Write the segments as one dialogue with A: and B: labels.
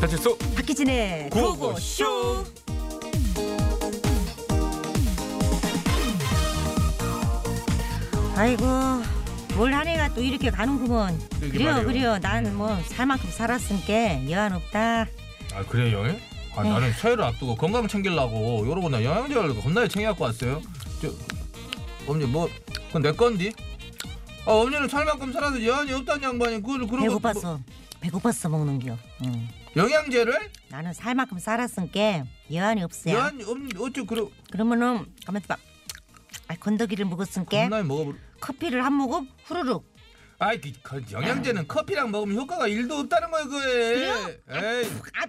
A: 배칠수
B: 박희진의
A: 구호고쇼.
B: 고고쇼. 아이고 올 한해가 또 이렇게 가는구먼.
A: 그러게
B: 그래요
A: 말이에요. 네.
B: 그래요. 나는 뭐 살만큼 살았으니까 여한 없다.
A: 아 그래요? 아
B: 네.
A: 나는 새해를 앞두고 건강 챙기려고 요러고 나 영양제를 겁나게 챙겨갖고 왔어요 저 어머니 뭐 그건 내 건디? 아 어머니는 살만큼 살아서 여한이 없다는 양반이 그걸 그런 거
B: 배고파서 배고파서 먹는겨. 응.
A: 영양제를?
B: 나는 살만큼 살았으니까 여한이 없어요.
A: 여한이 없는 어째 그래
B: 그러면은 가만히 봐. 아 건더기를 먹었으니까
A: 겁나게 먹어버려
B: 커피를 한 모금 후루룩.
A: 아이 그, 그 영양제는 커피랑 먹으면 효과가 일도 없다는 거야 그게 에이
B: 아,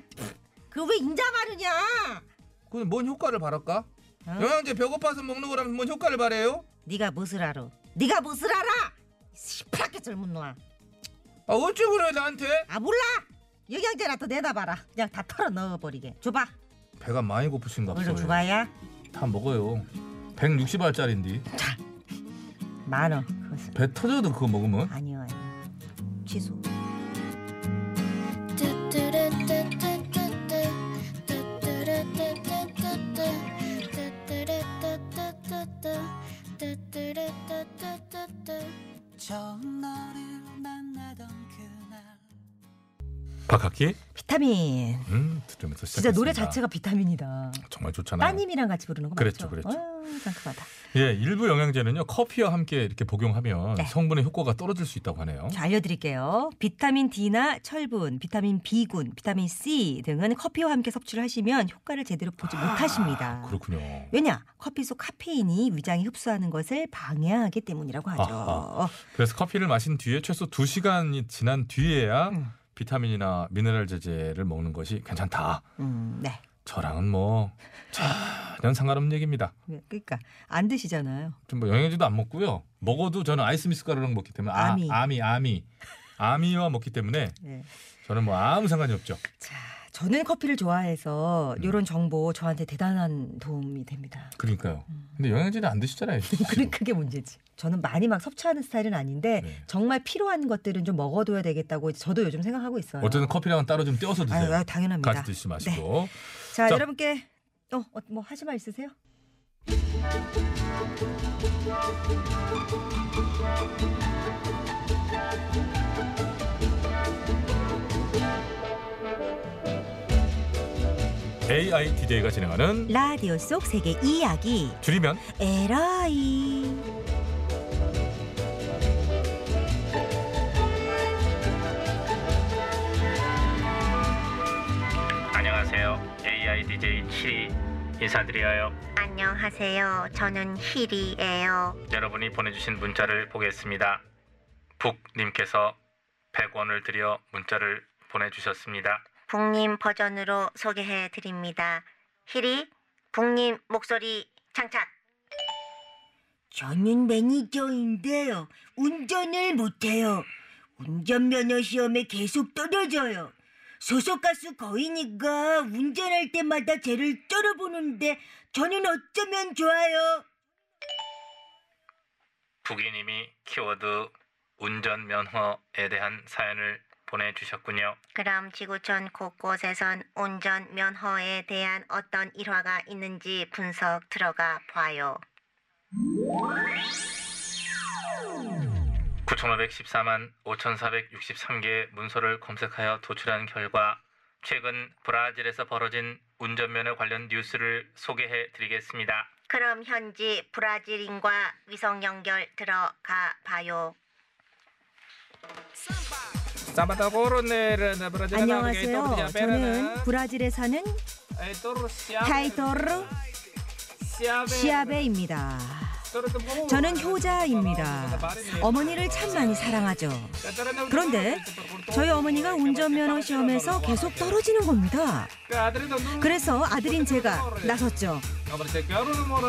B: 그왜 인자 말이냐?
A: 그건 뭔 효과를 바랄까?
B: 어?
A: 영양제 배고파서 먹는 거라면 뭔 효과를 바래요?
B: 네가 무엇을 알아? 네가 무엇을 알아? 시퍼렇게 젊은 놈아.
A: 아 어째 그래 나한테?
B: 아 몰라. 영양제나 더 내다봐라. 그냥 다 털어 넣어버리게. 줘봐.
A: 배가 많이 고프신가
B: 얼른
A: 봐요
B: 줘봐야.
A: 다 먹어요. 160알짜리인데
B: 만 원. 그것은
A: 배 터져도 그거 먹으면
B: 아니요 아니요. 취소.
C: 처음 너를 만나던 그날
A: 박학기
B: 비타민.
A: 음 들으면서 시작.
B: 진짜 노래 자체가 비타민이다.
A: 정말 좋잖아요.
B: 따님이랑 같이 부르는 거
A: 네. 그렇죠, 그랬죠,
B: 맞죠? 어,
A: 그랬죠.
B: 아유, 상큼하다.
A: 예, 일부 영양제는요 커피와 함께 이렇게 복용하면
B: 네.
A: 성분의 효과가 떨어질 수 있다고 하네요.
B: 자, 알려드릴게요. 비타민 D나 철분, 비타민 B군, 비타민 C 등은 커피와 함께 섭취를 하시면 효과를 제대로 보지 못하십니다.
A: 아, 그렇군요.
B: 왜냐? 커피 속 카페인이 위장이 흡수하는 것을 방해하기 때문이라고 하죠.
A: 아하. 그래서 커피를 마신 뒤에 최소 2 시간이 지난 뒤에야
B: 음.
A: 비타민이나 미네랄 제제를 먹는 것이 괜찮다.
B: 음, 네.
A: 저랑은 뭐 전혀 상관없는 얘기입니다.
B: 네, 그러니까 안 드시잖아요.
A: 좀 뭐 영양제도 안 먹고요. 먹어도 저는 아이스미스 가루랑 먹기 때문에 아,
B: 아미.
A: 아미 아미 아미와 먹기 때문에
B: 네.
A: 저는 뭐 아무 상관이 없죠.
B: 자, 저는 커피를 좋아해서
A: 음.
B: 이런 정보 저한테 대단한 도움이 됩니다.
A: 그러니까요. 근데 영양제는 안 드시잖아요.
B: 음. 그래 그게 문제지. 저는 많이 막 섭취하는 스타일은 아닌데
A: 네.
B: 정말 필요한 것들은 좀 먹어둬야 되겠다고 이제 저도 요즘 생각하고 있어요.
A: 어쨌든 커피랑은 따로 좀 떼어서
B: 아유,
A: 드세요.
B: 아유, 당연합니다. 네.
A: 같이 드시지 마시고.
B: 자,
A: 자.
B: 여러분께 어, 어, 뭐 하실 말 있으세요? 네.
A: AI DJ가 진행하는
B: 라디오 속 세계 이야기
A: 줄이면
B: 에라이.
D: 안녕하세요. AI DJ 7이 인사드려요.
E: 안녕하세요. 저는 힐이에요.
D: 여러분이 보내주신 문자를 보겠습니다. 북님께서 100원을 들여 문자를 보내주셨습니다.
E: 북님 버전으로 소개해 드립니다. 힐이 북님 목소리 장착.
B: 저는 매니저인데요. 운전을 못해요. 운전면허 시험에 계속 떨어져요. 소속 가수 거인이가 운전할 때마다 쟤를 쩔어보는데 저는 어쩌면 좋아요.
D: 북이님이 키워드 운전면허에 대한 사연을 보내주셨군요.
E: 그럼 지구촌 곳곳에선 운전 면허에 대한 어떤 일화가 있는지 분석 들어가 봐요.
D: 9,514만 5,463개의 문서를 검색하여 도출한 결과 최근 브라질에서 벌어진 운전면허 관련 뉴스를 소개해 드리겠습니다.
E: 그럼 현지 브라질인과 위성 연결 들어가 봐요.
B: 안녕하세요. 저는 브라질에 사는 타이토르 시아베입니다. 저는 효자입니다. 어머니를 참 많이 사랑하죠. 그런데 저희 어머니가 운전면허 시험에서 계속 떨어지는 겁니다. 그래서 아들인 제가 나섰죠.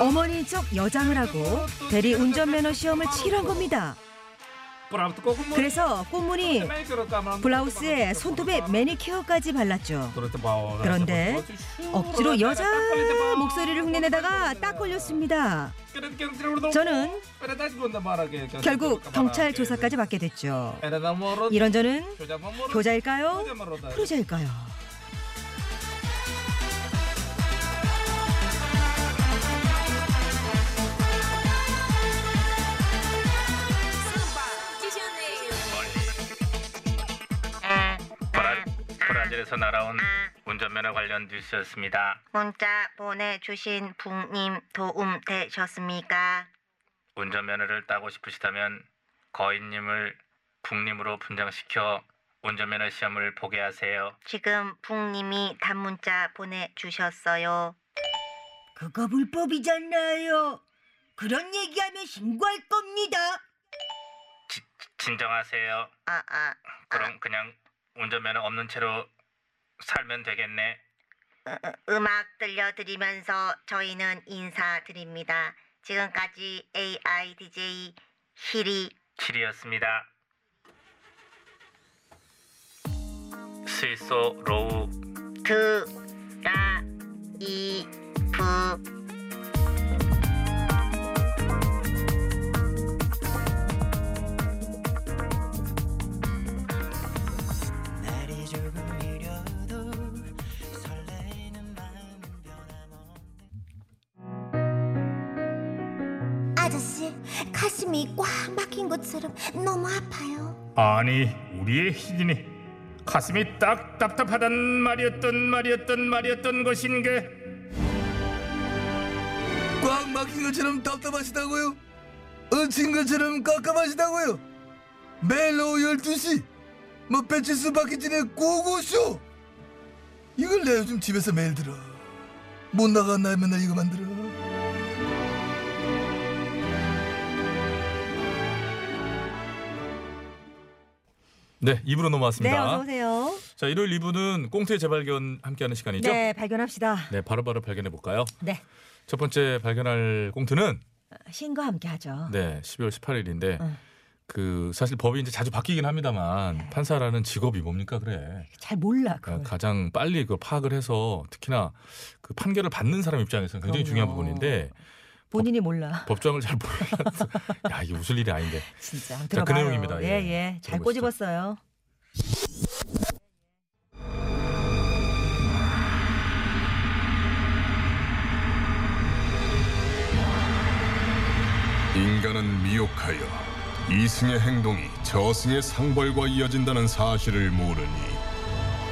B: 어머니 척 여장을 하고 대리 운전면허 시험을 치란 겁니다. 그래서 꽃무늬 블라우스에 손톱에 매니큐어까지 발랐죠. 그런데 억지로 여자 목소리를 흉내내다가 딱 걸렸습니다. 저는 결국 경찰 조사까지 예. 받게 됐죠. 이런저런 교자일까요? 프로자일까요?
E: 네,
D: 브라질에서 날아온
E: 아.
D: 운전면허 관련 뉴스였습니다.
E: 문자 보내주신 붕님 도움 되셨습니까?
D: 운전면허를 따고 싶으시다면 거인님을 북님으로 분장시켜 운전면허 시험을 보게 하세요.
E: 지금 붕님이 단문자 보내주셨어요.
C: 그거 불법이잖아요. 그런 얘기하면 신고할 겁니다.
D: 지- 진정하세요.
E: 아, 아,
D: 그럼 그냥 운전면허 없는 채로 살면 되겠네.
E: 음악 들려드리면서 저희는 인사드립니다. 지금까지 AI DJ 힐이
D: 7이었습니다. 스위소 로우
E: 드라 이브
F: 날이 조금 이려도 설레이는 마음은 변함없네
G: 아저씨 가슴이 꽉 막힌 것처럼 너무 아파요.
H: 아니 우리의 희진이 가슴이 딱 답답하단 말이었던 말이었던 말이었던 것인게
I: 꽉 막힌 것처럼 답답하시다고요? 얹힌 것처럼 깝깝하시다고요? 매일 오후 12시 뭐 배치수 박희진의 고고쇼 이걸 내 요즘 집에서 매일 들어 못 나간 날 맨날 이거만 들어
A: 네, 2부로
J: 네,
A: 넘어왔습니다.
J: 어서 오세요.
A: 자, 일요일 2부는 꽁트의 재발견 함께하는 시간이죠?
J: 네, 발견합시다.
A: 네, 바로바로 발견해 볼까요?
J: 네,
A: 첫 번째 발견할 꽁트는
J: 신과 함께하죠.
A: 네, 12월 18일인데
J: 응.
A: 그 사실 법이 이제 자주 바뀌긴 합니다만 판사라는 직업이 뭡니까 그래
J: 잘 몰라 그.
A: 네. 그러니까 가장 빨리 그 파악을 해서 특히나 그 판결을 받는 사람 입장에서는 굉장히 중요한
J: 그럼요.
A: 부분인데
J: 본인이 몰라.
A: 법정을 잘 몰라서 야 이게 웃을 일이 아닌데
J: 진짜. 한번
A: 자, 그
J: 들어봐요.
A: 내용입니다.
J: 예,
A: 예.
J: 예. 잘
A: 들어보시죠.
J: 꼬집었어요.
B: 아,
K: 인간은 미혹하여 이승의 행동이 저승의 상벌과 이어진다는 사실을 모르니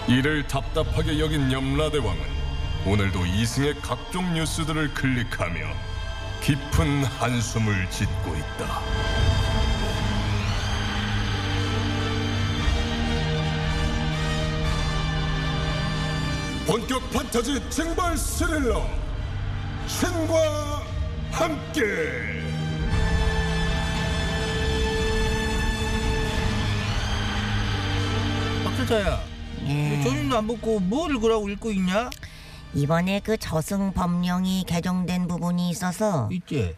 K: 이를 답답하게 여긴 염라대왕은 오늘도 이승의 각종 뉴스들을 클릭하며 깊은 한숨을 짓고 있다. 본격 판타지 징벌 스릴러 신과 함께
I: 박철자야 조심도 안 벗고 뭐를 그러고 읽고 있냐?
C: 이번에 그 저승 법령이 개정된 부분이 있어서
I: 있지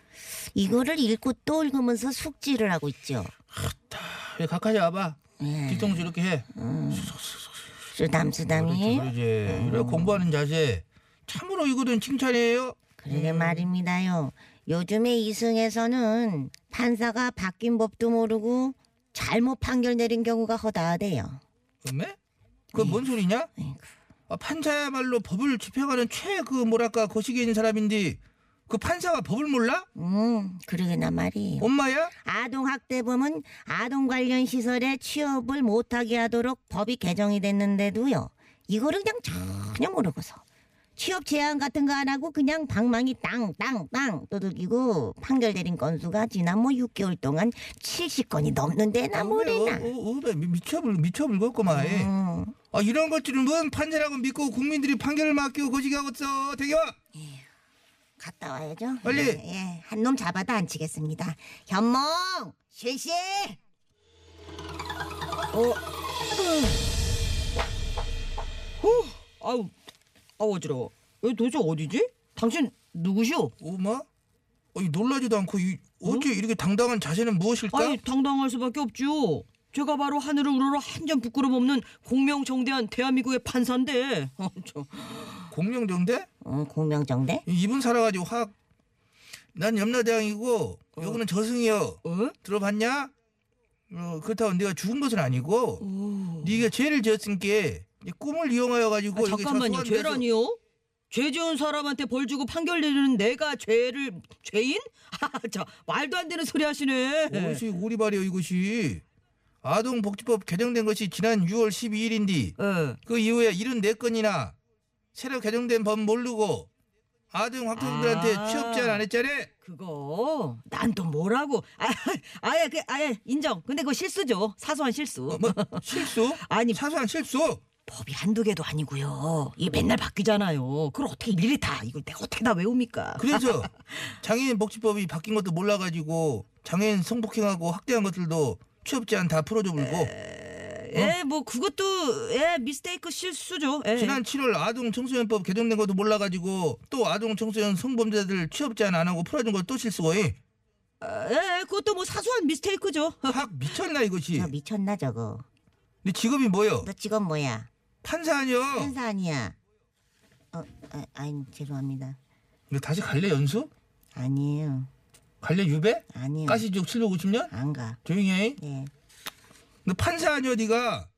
C: 이거를 읽고 또 읽으면서 숙지를 하고 있죠.
I: 왜 가까이 와봐
C: 예.
I: 뒤통수 이렇게 해
C: 수담
I: 어, 그렇지
C: 수담이
I: 그러지 이래 공부하는 자세 참으로 이거는 칭찬이에요
C: 그러게 말입니다요. 요즘에 이승에서는 판사가 바뀐 법도 모르고 잘못 판결 내린 경우가 허다하대요.
I: 음에? 그건 뭔 소리냐?
C: 아이고.
I: 아, 판사야말로 법을 집행하는 최 그 뭐랄까 거시기에 있는 사람인데 그 판사가 법을 몰라?
C: 음, 그러게나 말이에요.
I: 엄마야?
C: 아동학대범은 아동 관련 시설에 취업을 못하게 하도록 법이 개정이 됐는데도요. 이거를 그냥 전혀 모르고서 취업 제한 같은 거 안 하고 그냥 방망이 땅땅땅 두들기고 판결 내린 건수가 지난 뭐 6개월 동안 70건이 넘는데나
I: 어,
C: 모래나.
I: 오래 미쳐불 미쳐불겠구만.
C: 음.
I: 아 이런 것들은 판사라고 믿고 국민들이 판결을 맡기고 거시기하고 있어. 대기와
C: 갔다 와야죠.
I: 빨리.
C: 예, 예. 한 놈 잡아도 안 치겠습니다. 현몽 실시.
B: 아우, 아우 어지러워. 여기 도대체 어디지? 당신 누구시오?
I: 오마? 어, 뭐? 아니 놀라지도 않고 이, 어째 이렇게 당당한 자세는 무엇일까?
B: 아니 당당할 수밖에 없죠. 제가 바로 하늘을 우러러 한 점 부끄럼 없는 공명정대한 대한민국의 판사인데. 어, 저,
I: 공명정대?
C: 어, 공명정대.
I: 이분 살아가지고 확. 난 염라대왕이고 여기는 저승이요.
B: 어?
I: 들어봤냐? 어, 그렇다고 네가 죽은 것은 아니고 네가 죄를 지었으니까 이 꿈을 이용하여 가지고
A: 뭐
B: 아, 잠깐만요.
I: 니
B: 죄라니요? 죄 지은 사람한테 벌 주고 판결 내리는 내가 죄를 죄인? 아, 자 말도 안 되는 소리 하시네.
I: 이것이 우리 말이요 이것이 아동복지법 개정된 것이 지난 6월 12일인데
B: 예.
I: 그 이후에 74건이나 새로 개정된 법 모르고 아동 학생들한테
B: 아.
I: 취업 제한 안 했잖아.
B: 그거 난 또 뭐라고? 아, 아예 그 아예 인정. 근데 그거 실수죠. 사소한 실수.
I: 실수?
B: 아니
I: 사소한 실수.
B: 법이 한두 개도 아니고요. 이게 맨날 바뀌잖아요. 그걸 어떻게 일일이 다 이걸 내가 어떻게 다 외웁니까?
I: 그래서 장애인 복지법이 바뀐 것도 몰라가지고 장애인 성폭행하고 학대한 것들도 취업 제한 다 풀어줘 불고
B: 예, 뭐 그것도 예 미스테이크 실수죠. 예.
I: 지난 7월 아동 청소년법 개정된 것도 몰라가지고 또 아동 청소년 성범죄자들 취업 제한 안 하고 풀어준 것도 실수고 이
B: 예, 그것도 뭐 사소한 미스테이크죠. 아,
I: 확 미쳤나 이것이.
C: 너 미쳤나 저거.
I: 네 직업이 뭐요?
C: 너 직업 뭐야?
I: 판사 아니요.
C: 판사 아니야. 어, 아, 아니 죄송합니다.
I: 너 다시 갈래 연수?
C: 아니에요.
I: 갈래 유배?
C: 아니요.
I: 가시족 750년?
C: 안 가.
I: 조용히 해.
B: 예.
C: 네.
I: 너 판사 아니야 네가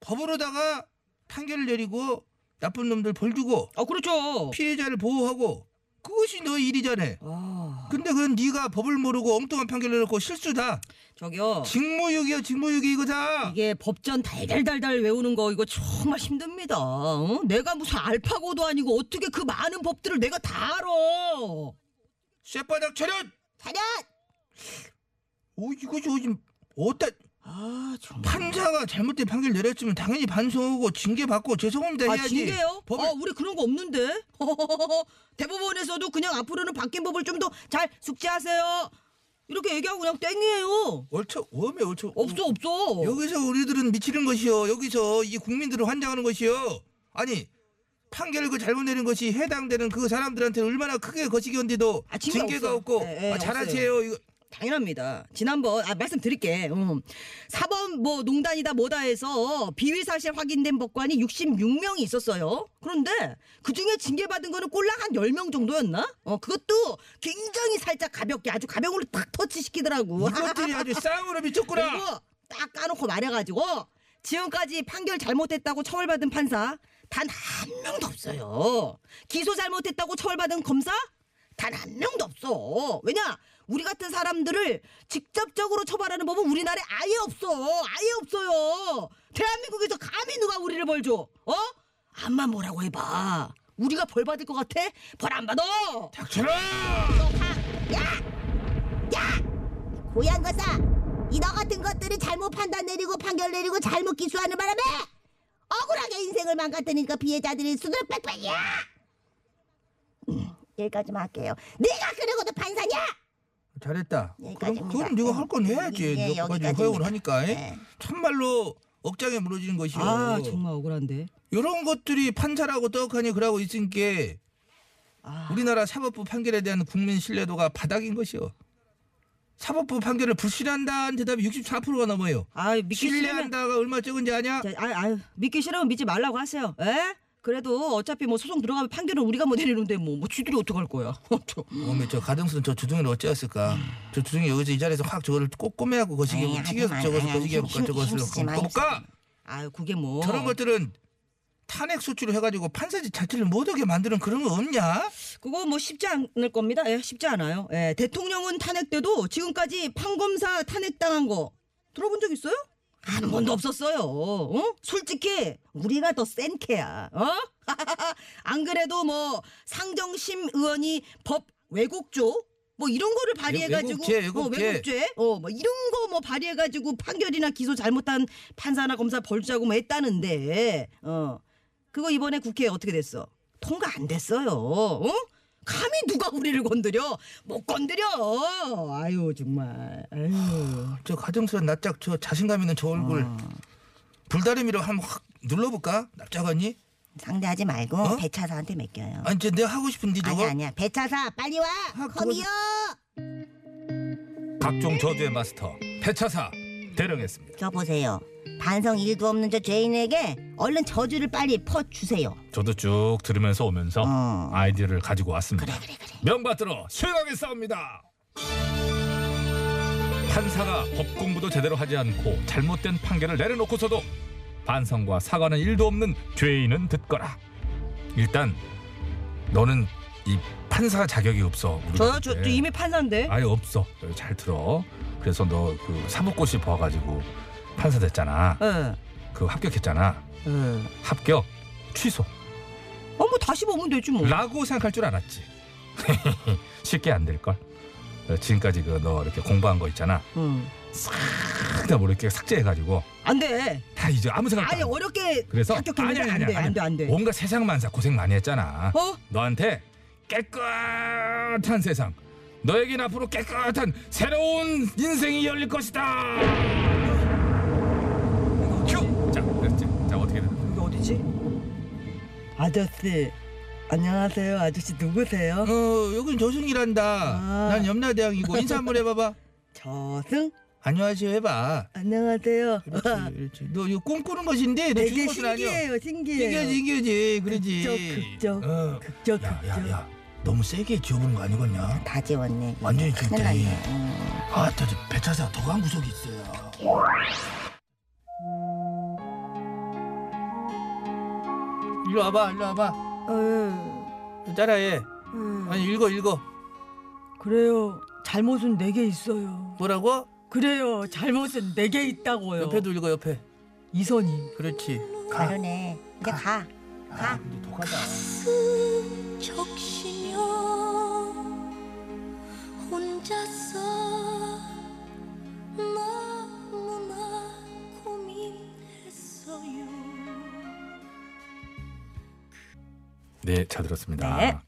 I: 법으로다가 판결을 내리고 나쁜 놈들 벌 주고
B: 아 그렇죠.
I: 피해자를 보호하고 그것이 너 일이잖아.
B: 어,
I: 근데 그건 네가 법을 모르고 엉뚱한 판결을 내놓고 실수다.
B: 저기요.
I: 직무유기야 직무유기 이거다.
B: 이게 법전 달달달달 외우는 거 이거 정말 힘듭니다. 어? 내가 무슨 알파고도 아니고 어떻게 그 많은 법들을 내가 다 알아?
I: 쇳바닥 차렷!
C: 차렷!
I: 오 이거 저 지금 어따
B: 아 정말.
I: 판사가 잘못된 판결 내렸으면 당연히 반성하고 징계 받고 죄송합니다
B: 아,
I: 해야지.
B: 징계요?
I: 법-
B: 아, 우리 그런 거 없는데? 대법원에서도 그냥 앞으로는 바뀐 법을 좀 더 잘 숙지하세요. 이렇게 얘기하고 그냥 땡이에요.
I: 얼추 웜에 얼추
B: 없어, 없어.
I: 여기서 우리들은 미치는 것이요. 여기서 이 국민들을 환장하는 것이요. 아니 판결을 그 잘못 내린 것이 해당되는 그 사람들한테 얼마나 크게 거시기한데도
B: 아, 징계
I: 징계가
B: 없어요.
I: 없고
B: 예, 예,
I: 아, 잘하세요. 이거
B: 당연합니다. 지난번 아, 말씀드릴게. 음. 사법 뭐 농단이다 뭐다 해서 비위 사실 확인된 법관이 66명이 있었어요. 그런데 그 중에 징계받은 거는 꼴랑 한 10명 정도였나? 어, 그것도 굉장히 살짝 가볍게 아주 가벼운 걸로 딱 터치시키더라고.
I: 이것들이 아주 쌍으로
B: 그리고
I: 미쳤구나.
B: 딱 까놓고 말해가지고 지금까지 판결 잘못했다고 처벌받은 판사 단 한 명도 없어요. 기소 잘못했다고 처벌받은 검사 단 한 명도 없어. 왜냐 우리 같은 사람들을 직접적으로 처벌하는 법은 우리나라에 아예 없어. 아예 없어요. 대한민국에서 감히 누가 우리를 벌 줘? 어? 암만 뭐라고 해봐. 우리가 벌 받을 것 같아? 벌 안 받아.
C: 고양 거사. 이 너 같은 것들이 잘못 판단 내리고 판결 내리고 잘못 기소하는 바람에 억울하게 인생을 망가뜨리니까 피해자들이 수두룩 빽빽이야. 음, 여기까지만 할게요. 네가 그러고도 판사냐?
I: 잘했다. 그럼
C: 여기까지입니다.
I: 그건 네가 할 건 해야지. 뭐
C: 예,
I: 너까지
C: 여기까지입니다. 네.
I: 허용을 하니까. 예? 참말로 억장에 무너지는 것이요.
B: 아 정말 억울한데.
I: 이런 것들이 판사라고 떡하니 그러고 있으니까
C: 아.
I: 우리나라 사법부 판결에 대한 국민 신뢰도가 바닥인 것이요. 사법부 판결을 불신한다는 대답이 64%가 넘어요.
B: 아 믿기 싫으면
I: 신뢰한다가 얼마 적은지 아냐?
B: 자, 아, 아유, 믿기 싫으면 믿지 말라고 하세요. 에? 그래도 어차피 뭐 소송 들어가면 판결은 우리가 뭐 내리는데 뭐, 뭐 쥐들이 어떡할 거야. 저,
I: 어메 저 가등수는 저 주둥이를 어찌했을까? 저 주둥이 여기서 이 자리에서 확 저거를 꼭 꼬매하고 거시기
C: 음. 아이,
I: 하고
C: 하지
I: 튀겨서
C: 마요.
I: 저것을
C: 아이,
I: 거시기 하고
C: 힘- 힘-
I: 저것을
C: 힘 쓰지 마, 힘
I: 꺼볼까?
B: 아유 그게 뭐.
I: 저런 것들은 탄핵 소추를 해가지고 판사직 자체를 못하게 만드는 그런 거 없냐?
B: 그거 뭐 쉽지 않을 겁니다. 예, 쉽지 않아요. 예, 대통령은 탄핵 때도 지금까지 판검사 탄핵당한 거 들어본 적 있어요? 한 번도 없었어요. 어? 솔직히 우리가 더 센 캐야. 어? 안 그래도 뭐 상정심 의원이 법 왜곡조 뭐 이런 거를 발의해가지고
I: 외국죄, 외국죄.
B: 어, 외국죄 어뭐 이런 거 뭐 발의해가지고 판결이나 기소 잘못한 판사나 검사 벌주자고 뭐 했다는데 어 그거 이번에 국회에 어떻게 됐어? 통과 안 됐어요. 어? 감히 누가 우리를 건드려? 못 건드려. 아유 정말. 아유.
I: 저 가정스러운 납작 저 자신감 있는 저 얼굴
B: 어.
I: 불다리미로 한번 확 눌러볼까? 납작하니?
C: 상대하지 말고
I: 어?
C: 배차사한테 맡겨요.
I: 아니 저 내가 하고 싶은데 저거
C: 아니 아니야. 배차사 빨리 와. 컴이요.
A: 각종 저주의 마스터 배차사 대령했습니다.
C: 저 보세요. 반성 일도 없는 저 죄인에게 얼른 저주를 빨리 퍼 주세요.
A: 저도 쭉 들으면서 오면서 아이디어를 가지고 왔습니다. 명받들어 수행하게 싸웁니다. 판사가 법 공부도 제대로 하지 않고 잘못된 판결을 내려놓고서도 반성과 사과는 일도 없는 죄인은 듣거라. 일단 너는 이 판사 자격이 없어. 우리
B: 저요? 저,
A: 네.
B: 저
A: 아.
B: 이미 판사인데.
A: 아예 없어. 너잘 들어. 그래서 너 그 사법고시 봐가지고 판사 됐잖아.
B: 예.
A: 그 합격했잖아.
B: 예.
A: 합격 취소.
B: 어, 뭐 다시 보면 되지 뭐.
A: 라고 생각할 줄 알았지. 쉽게 안 될 걸. 지금까지 그 너 이렇게 공부한 거 있잖아.
B: 응.
A: 싹 다 모르게 삭제해가지고
B: 안 돼.
A: 다 이제 아무 생각.
B: 아니 어렵게
A: 그래서
B: 합격했는데
A: 아니야,
B: 안
A: 아니야,
B: 돼,
A: 아니야.
B: 안 돼, 안 돼.
A: 뭔가 세상만사 고생 많이 했잖아.
B: 어?
A: 너한테 깨끗한 세상. 너에겐 앞으로 깨끗한 새로운 인생이 열릴 것이다. 큐. 자, 됐지. 자 어떻게 됐?
B: 여기 어디지? 아저씨 안녕하세요 아저씨 누구세요?
I: 어 여긴 조승이란다.
B: 아.
I: 난 염라대왕이고 인사 한번 해봐봐.
B: 저승?
I: 안녕하세요 해봐.
B: 안녕하세요. 어,
I: 그렇지. 뭐 너 이거 꿈꾸는 것인데 너
B: 되게
I: 죽은 것은 아니야.
B: 신기해요 신기해요.
I: 신기하지 신기하지 그러지.
B: 극적 극적 극적 극적.
I: 야야 너무 세게 지워보는 거 아니겠냐?
L: 다 지웠네.
I: 완전히
L: 큰일
I: 진짜.
L: 났네. 음.
I: 아저 배차사 더간 구석이 있어요. 일로 와봐 일로 와봐.
L: 음.
I: 따라해. 아니 읽어 읽어.
M: 그래요. 잘못은 네개 있어요.
I: 뭐라고?
M: 그래요. 잘못은 네 개 있다고요.
I: 옆에도 읽어 옆에.
M: 이선희.
I: 그렇지.
L: 그러네. 이제 가. 가.
C: 가슴 적시며 혼자서 너무나 고민했어요.
A: 네, 잘 들었습니다.
N: 네.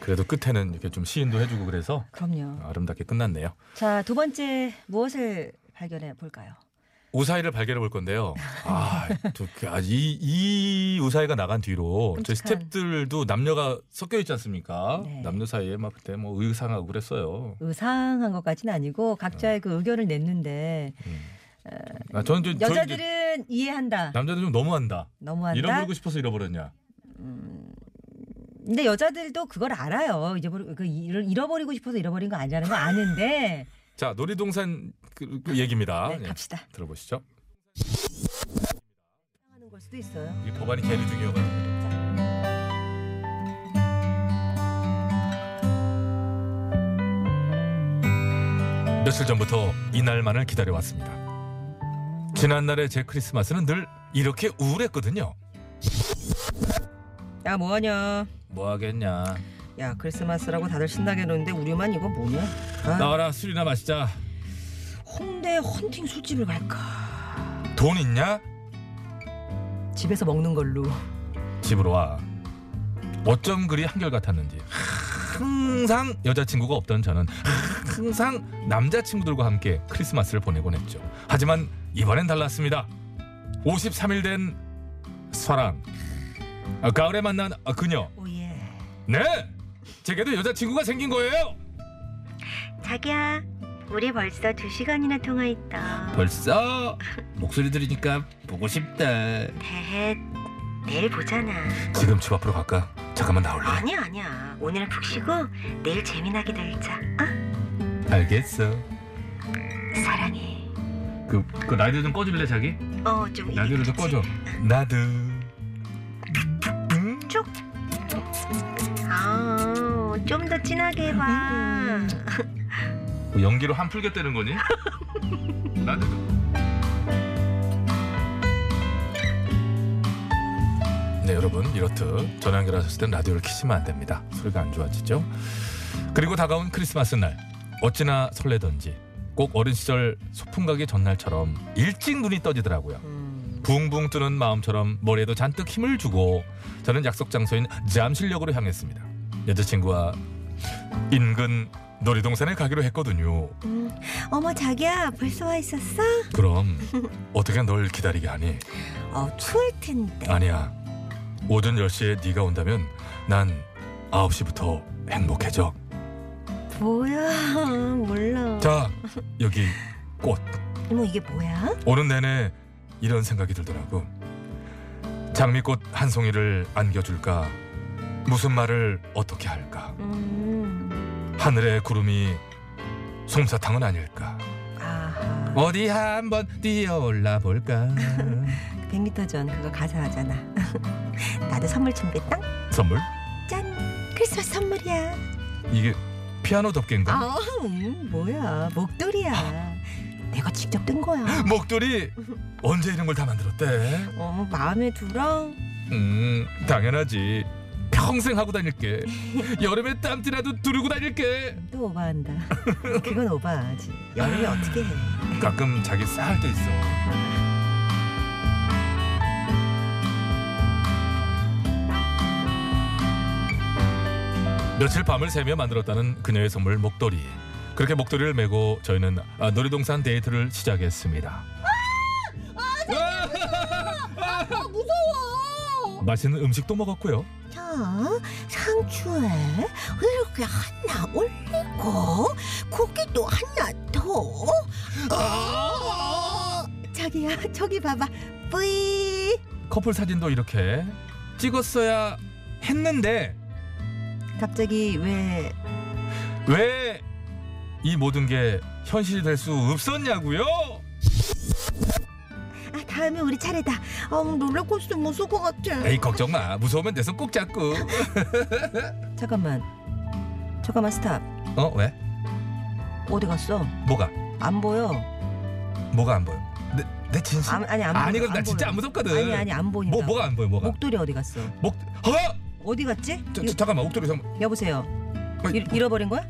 A: 그래도 끝에는 이렇게 좀 시인도 해주고 그래서 어,
N: 그럼요.
A: 아름답게 끝났네요.
N: 자, 두 번째 무엇을 발견해 볼까요?
A: 우사이를 발견해 볼 건데요. 아, 또 그- 아, 이, 이 우사이가 나간 뒤로 저희
N: 끔찍한. 네.
A: 스탭들도 남녀가 섞여 있지 않습니까? 남녀 사이에 막 그때 뭐 의상하고 그랬어요.
N: 의상한 것까지는 아니고 각자의 그 의견을 냈는데
A: 아, 저는 저, 저희 이제
N: 여자들은 이해한다.
A: 남자들 좀 너무한다.
N: 너무한다?
A: 잃어버리고 싶어서 잃어버렸냐?
N: 근데 여자들도 그걸 알아요. 이제 그 잃- 잃어버리고 싶어서 잃어버린 거 아니라는 거 아는데
A: 자, 놀이동산 그, 그 얘기입니다.
N: 네, 갑시다.
A: 예, 들어보시죠.
N: 하는 걸 수도 있어요.
A: 이 법안이 제일 중요하거든요. 며칠 전부터 이날만을 기다려왔습니다. 지난날의 제 크리스마스는 늘 이렇게 우울했거든요.
B: 야 뭐하냐?
A: 뭐 하겠냐?
B: 야 크리스마스라고 다들 신나게 노는데 우리만 이거 뭐냐? 아,
A: 나와라 술이나 마시자.
B: 홍대 헌팅 술집을 갈까?
A: 돈 있냐?
B: 집에서 먹는 걸로.
A: 집으로 와. 어쩜 그리 한결같았는지. 항상 여자친구가 없던 저는 항상 남자친구들과 함께 크리스마스를 보내곤 했죠. 하지만 이번엔 달랐습니다. 53일 된 사랑. 아, 가을에 만난 아, 그녀.
B: 예.
A: 네! 제게도 여자친구가 생긴 거예요!
E: 자기야, 우리 벌써 두 시간이나 통화했다.
I: 벌써 목소리 들으니까 보고 싶다.
E: 대해 내일 보잖아.
A: 지금 집 앞으로 갈까? 잠깐만 나올래?
E: 아니야 아니야. 오늘 푹 쉬고 내일 재미나게 놀자. 어?
A: 알겠어.
E: 사랑해.
A: 그, 그 라디오 좀 꺼줄래 자기?
E: 어, 좀
A: 라디오를 좀 꺼줘. 나도.
E: 쭉. 아, 좀 더 진하게
A: 음.
E: 해봐.
A: 그 연기로 한 풀겠다는 거니? 음, 그- 나도. 네 여러분 이렇듯 전화 연결하셨을 땐 라디오를 키시면 안 됩니다. 소리가 안 좋아지죠. 그리고 다가온 크리스마스 날 어찌나 설레던지 꼭 어린 시절 소풍 가기 전날처럼 일찍 눈이 떠지더라고요.
B: 음.
A: 붕붕 뜨는 마음처럼 머리에도 잔뜩 힘을 주고 저는 약속 장소인 잠실역으로 향했습니다. 여자친구와 인근 놀이동산에 가기로 했거든요.
E: 음, 어머 자기야 벌써 와 있었어?
A: 그럼 어떻게 널 기다리게 하니?
E: 어 추울 텐데.
A: 아니야. 오전 10시에 네가 온다면 난 9시부터 행복해져.
E: 뭐야
B: 아,
E: 몰라.
A: 자, 여기 꽃.
E: 어머 이게 뭐야?
A: 오는 내내 이런 생각이 들더라고. 장미꽃 한 송이를 안겨줄까? 무슨 말을 어떻게 할까? 하늘의 구름이 솜사탕은 아닐까?
I: 어디 한번 뛰어올라 볼까?
N: 100m 전 그거 가사 하잖아.
E: 나도 선물 준비했다.
A: 선물?
E: 짠 크리스마스 선물이야.
A: 이게 피아노 덮개인가?
N: 아, 음, 뭐야 목도리야.
C: 내가 직접 뜬 거야.
A: 목도리 언제 이런 걸 다 만들었대?
C: 어, 마음에 들어?
A: 음 당연하지 평생 하고 다닐게 여름에 땀띠라도 두르고 다닐게
C: 또 오바한다. 그건 오바하지. 여름에 어떻게 해?
A: 가끔 자기 싸할 때 있어 며칠 밤을 새며 만들었다는 그녀의 선물 목도리 그렇게 목도리를 메고 저희는 아, 놀이동산 데이트를 시작했습니다
F: 아, 무서워.
A: 맛있는 음식도 먹었고요
C: 자, 상추에 이렇게 하나 올리고 고기도 하나 더. 아! 자기야, 저기 봐봐. 뿌이.
A: 커플 사진도 이렇게 찍었어야 했는데
C: 갑자기 왜
A: 왜 이 모든 게 현실이 될 수 없었냐고요?
C: 아, 다음에 우리 차례다.
J: 아,
C: 어, 롤러코스터 무서울 것 같아.
A: 에이 걱정 마 무서우면 내 손 꼭 잡고
J: 잠깐만. 잠깐만 스탑.
A: 어 왜?
J: 어디 갔어?
A: 뭐가
J: 안 보여.
A: 뭐가 안 보여? 내, 내 진심
J: 아, 아니, 안
A: 아니
J: 보여,
A: 그나
J: 안
A: 진짜
J: 보여.
A: 안 무섭거든
J: 아니, 아니, 안 보인다.
A: 뭐, 뭐가 안 보여 뭐가
J: 목도리 어디 갔어?
A: 목 어?
J: 어디 갔지?
A: 저,
J: 이거-
A: 저, 잠깐만 목도리 잠
J: 여보세요.
A: 아니,
J: 잃- 잃어버린 거야?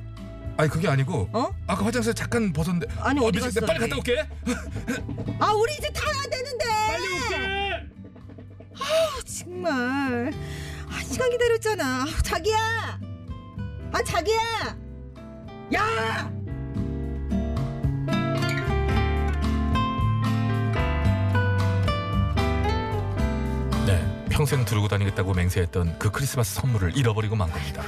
A: 아니 그게 아니고
J: 어?
A: 아까 화장실 잠깐 벗었는데
J: 아니, 어디 갔어,
A: 미쳤네. 빨리
J: 여기?
A: 갔다 올게
B: 아 우리 이제 타야 되는데. 빨리
A: 올게.
B: 아 정말. 아 시간 기다렸잖아. 아, 자기야. 아 자기야. 야.
A: 네, 평생 두르고 다니겠다고 맹세했던 그 크리스마스 선물을 잃어버리고 만 겁니다.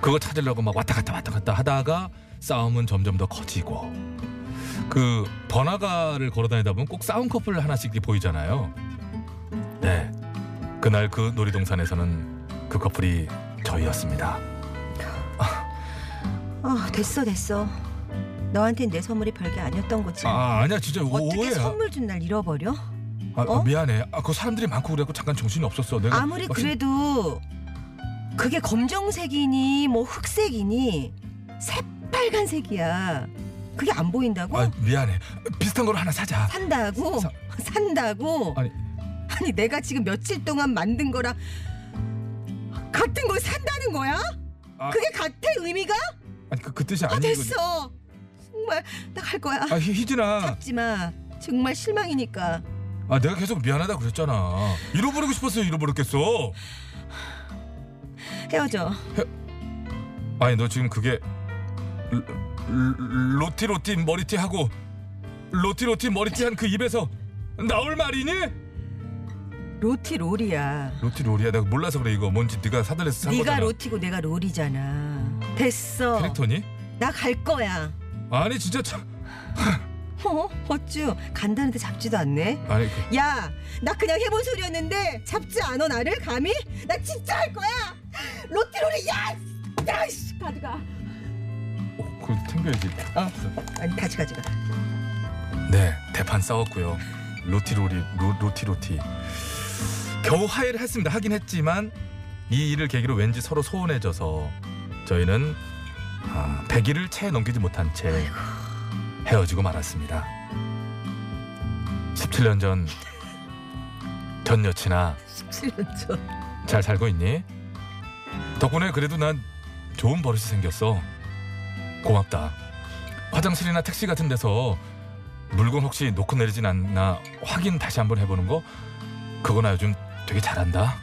A: 그거 찾으려고 막 왔다 갔다 왔다 갔다 하다가 싸움은 점점 더 커지고 그 번화가를 걸어다니다 보면 꼭 싸운 커플 하나씩 보이잖아요. 네, 그날 그 놀이동산에서는 그 커플이 저희였습니다.
J: 네. 아 됐어 됐어. 너한텐 내 선물이 별게 아니었던 거지.
A: 아 아니야 진짜 오-
J: 어떻게
A: 오해야.
J: 선물 준 날 잃어버려?
A: 아,
J: 어?
A: 미안해. 아, 그 사람들이 많고 그래갖고 잠깐 정신이 없었어. 내가
J: 아무리
A: 막 신-
J: 그래도 그게 검정색이니 뭐 흑색이니 새빨간색이야. 그게 안 보인다고?
A: 아, 미안해. 비슷한 걸 하나 사자.
J: 산다고? 산다고?
A: 아니.
B: 아니 내가 지금 며칠 동안 만든 거랑 같은 걸 산다는 거야?
A: 아.
B: 그게 같아 의미가?
A: 아니 그, 그 뜻이
B: 아
A: 아니고.
B: 됐어. 정말 나 갈 거야.
A: 아 희- 희진아.
B: 하지마 정말 실망이니까.
A: 아 내가 계속 미안하다 그랬잖아 잃어버리고 싶었으면 잃어버렸겠어
J: 헤어져.
A: 아니 너 지금 그게 로- 로- 로티 로티 머리티 하고 로티 로티 머리티 한 그 입에서 나올 말이니?
J: 로티 롤이야.
A: 로티 롤이야 내가 몰라서 그래 이거 뭔지 네가 사들여서 산
J: 네가
A: 거잖아
J: 로티고 내가 롤이잖아. 됐어.
A: 캐릭터니?
J: 나 갈 거야.
A: 아니 진짜 참
J: 어? 어쭈? 간다는데 잡지도 않네.
A: 아니 그-
B: 야, 나 그냥 해본 소리였는데 잡지 않아 나를 감히? 나 진짜 할 거야. 로티로리 야, 야, 씨, 가져가.
A: 어, 그거 챙겨야지
J: 어.
B: 아니 다시 가져가.
A: 네 대판 싸웠고요 로티 롤이 로, 로티 로티 겨우 화해를 했습니다 하긴 했지만 이 일을 계기로 왠지 서로 소원해져서 저희는 아, 100일을 채 넘기지 못한 채 헤어지고 말았습니다 17년 전 전 여친아
B: 17년 전.
A: 잘 살고 있니? 덕분에 그래도 난 좋은 버릇이 생겼어. 고맙다. 화장실이나 택시 같은 데서 물건 혹시 놓고 내리진 않나 확인 다시 한번 해보는 거 그거 나 요즘 되게 잘한다.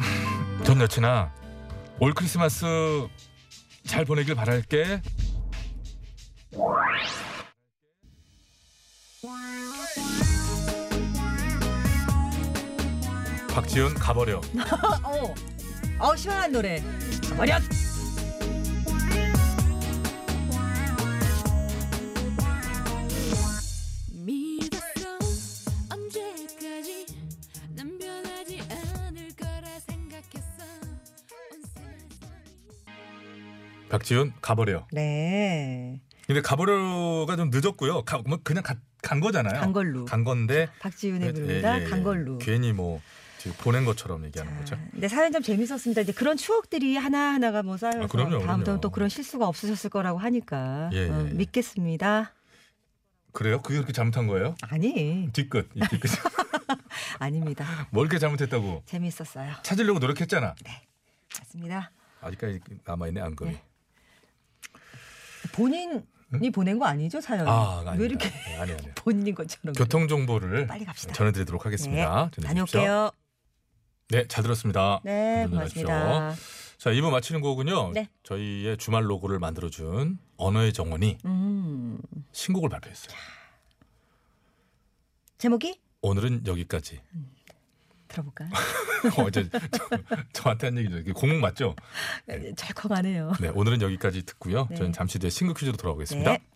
A: 음, 전 여친아 올 크리스마스 잘 보내길 바랄게. 박지현 가버려.
B: 어, 어 시원한 노래. 가버려.
G: 믿었어 언제까지 난 변하지 않을 거라 생각했어 온 세상이
A: 박지현 가버려.
J: 네.
A: 근데 가버려가 좀 늦었고요. 가, 뭐 그냥 가- 간 거잖아요.
J: 간 걸로.
A: 간 건데
J: 박지윤의
A: 그래도-
B: 예,
J: 부릅니다.
A: 예, 그렇죠. 예, 예.
J: 간 걸로.
A: 괜히 뭐 지금 보낸 것처럼 얘기하는 거죠.
B: 아, 근데 사연 참 재밌었습니다. 이제 그런 추억들이 하나하나가 뭐 쌓여서
A: 아, 그럼요,
B: 다음부터
A: 그럼요.
B: 또 그런 실수가 없으셨을 거라고 하니까
A: 예,
B: 어,
A: 예, 예.
B: 믿겠습니다.
A: 그래요? 그게 그렇게 잘못한 거예요?
B: 아니,
A: 뒤끝, 이 뒤끝.
B: 아닙니다.
A: 뭘 이렇게 잘못했다고?
B: 재밌었어요.
A: 찾으려고 노력했잖아.
B: 네. 맞습니다.
A: 아직까지 남아있네 안검이.
O: 본인이 보낸 거 아니죠 사연?
A: 아, 아니다.
O: 왜 이렇게
A: 네, 아니 아니.
O: 본인 것처럼?
A: 교통 정보를
O: 빨리 갑시다.
A: 전해드리도록 하겠습니다.
B: 네,
A: 전해주십시오.
B: 다녀올게요.
A: 네, 잘 들었습니다.
B: 네,
A: 오늘도 나와주십시오.
B: 고맙습니다.
A: 자, 2부 마치는 곡은요.
B: 네.
A: 저희의 주말 로고를 만들어준 언어의 정원이
B: 음,
A: 신곡을 발표했어요.
B: 제목이
A: 오늘은 여기까지.
B: 들어볼까요?
A: 어제 저- 저한테 한 얘기죠. 이게 공목 맞죠?
B: 찰컥하네요.
A: 네, 오늘은 여기까지 듣고요.
B: 네.
A: 저는 잠시 뒤에 신곡 퀴즈로 돌아오겠습니다.
B: 네.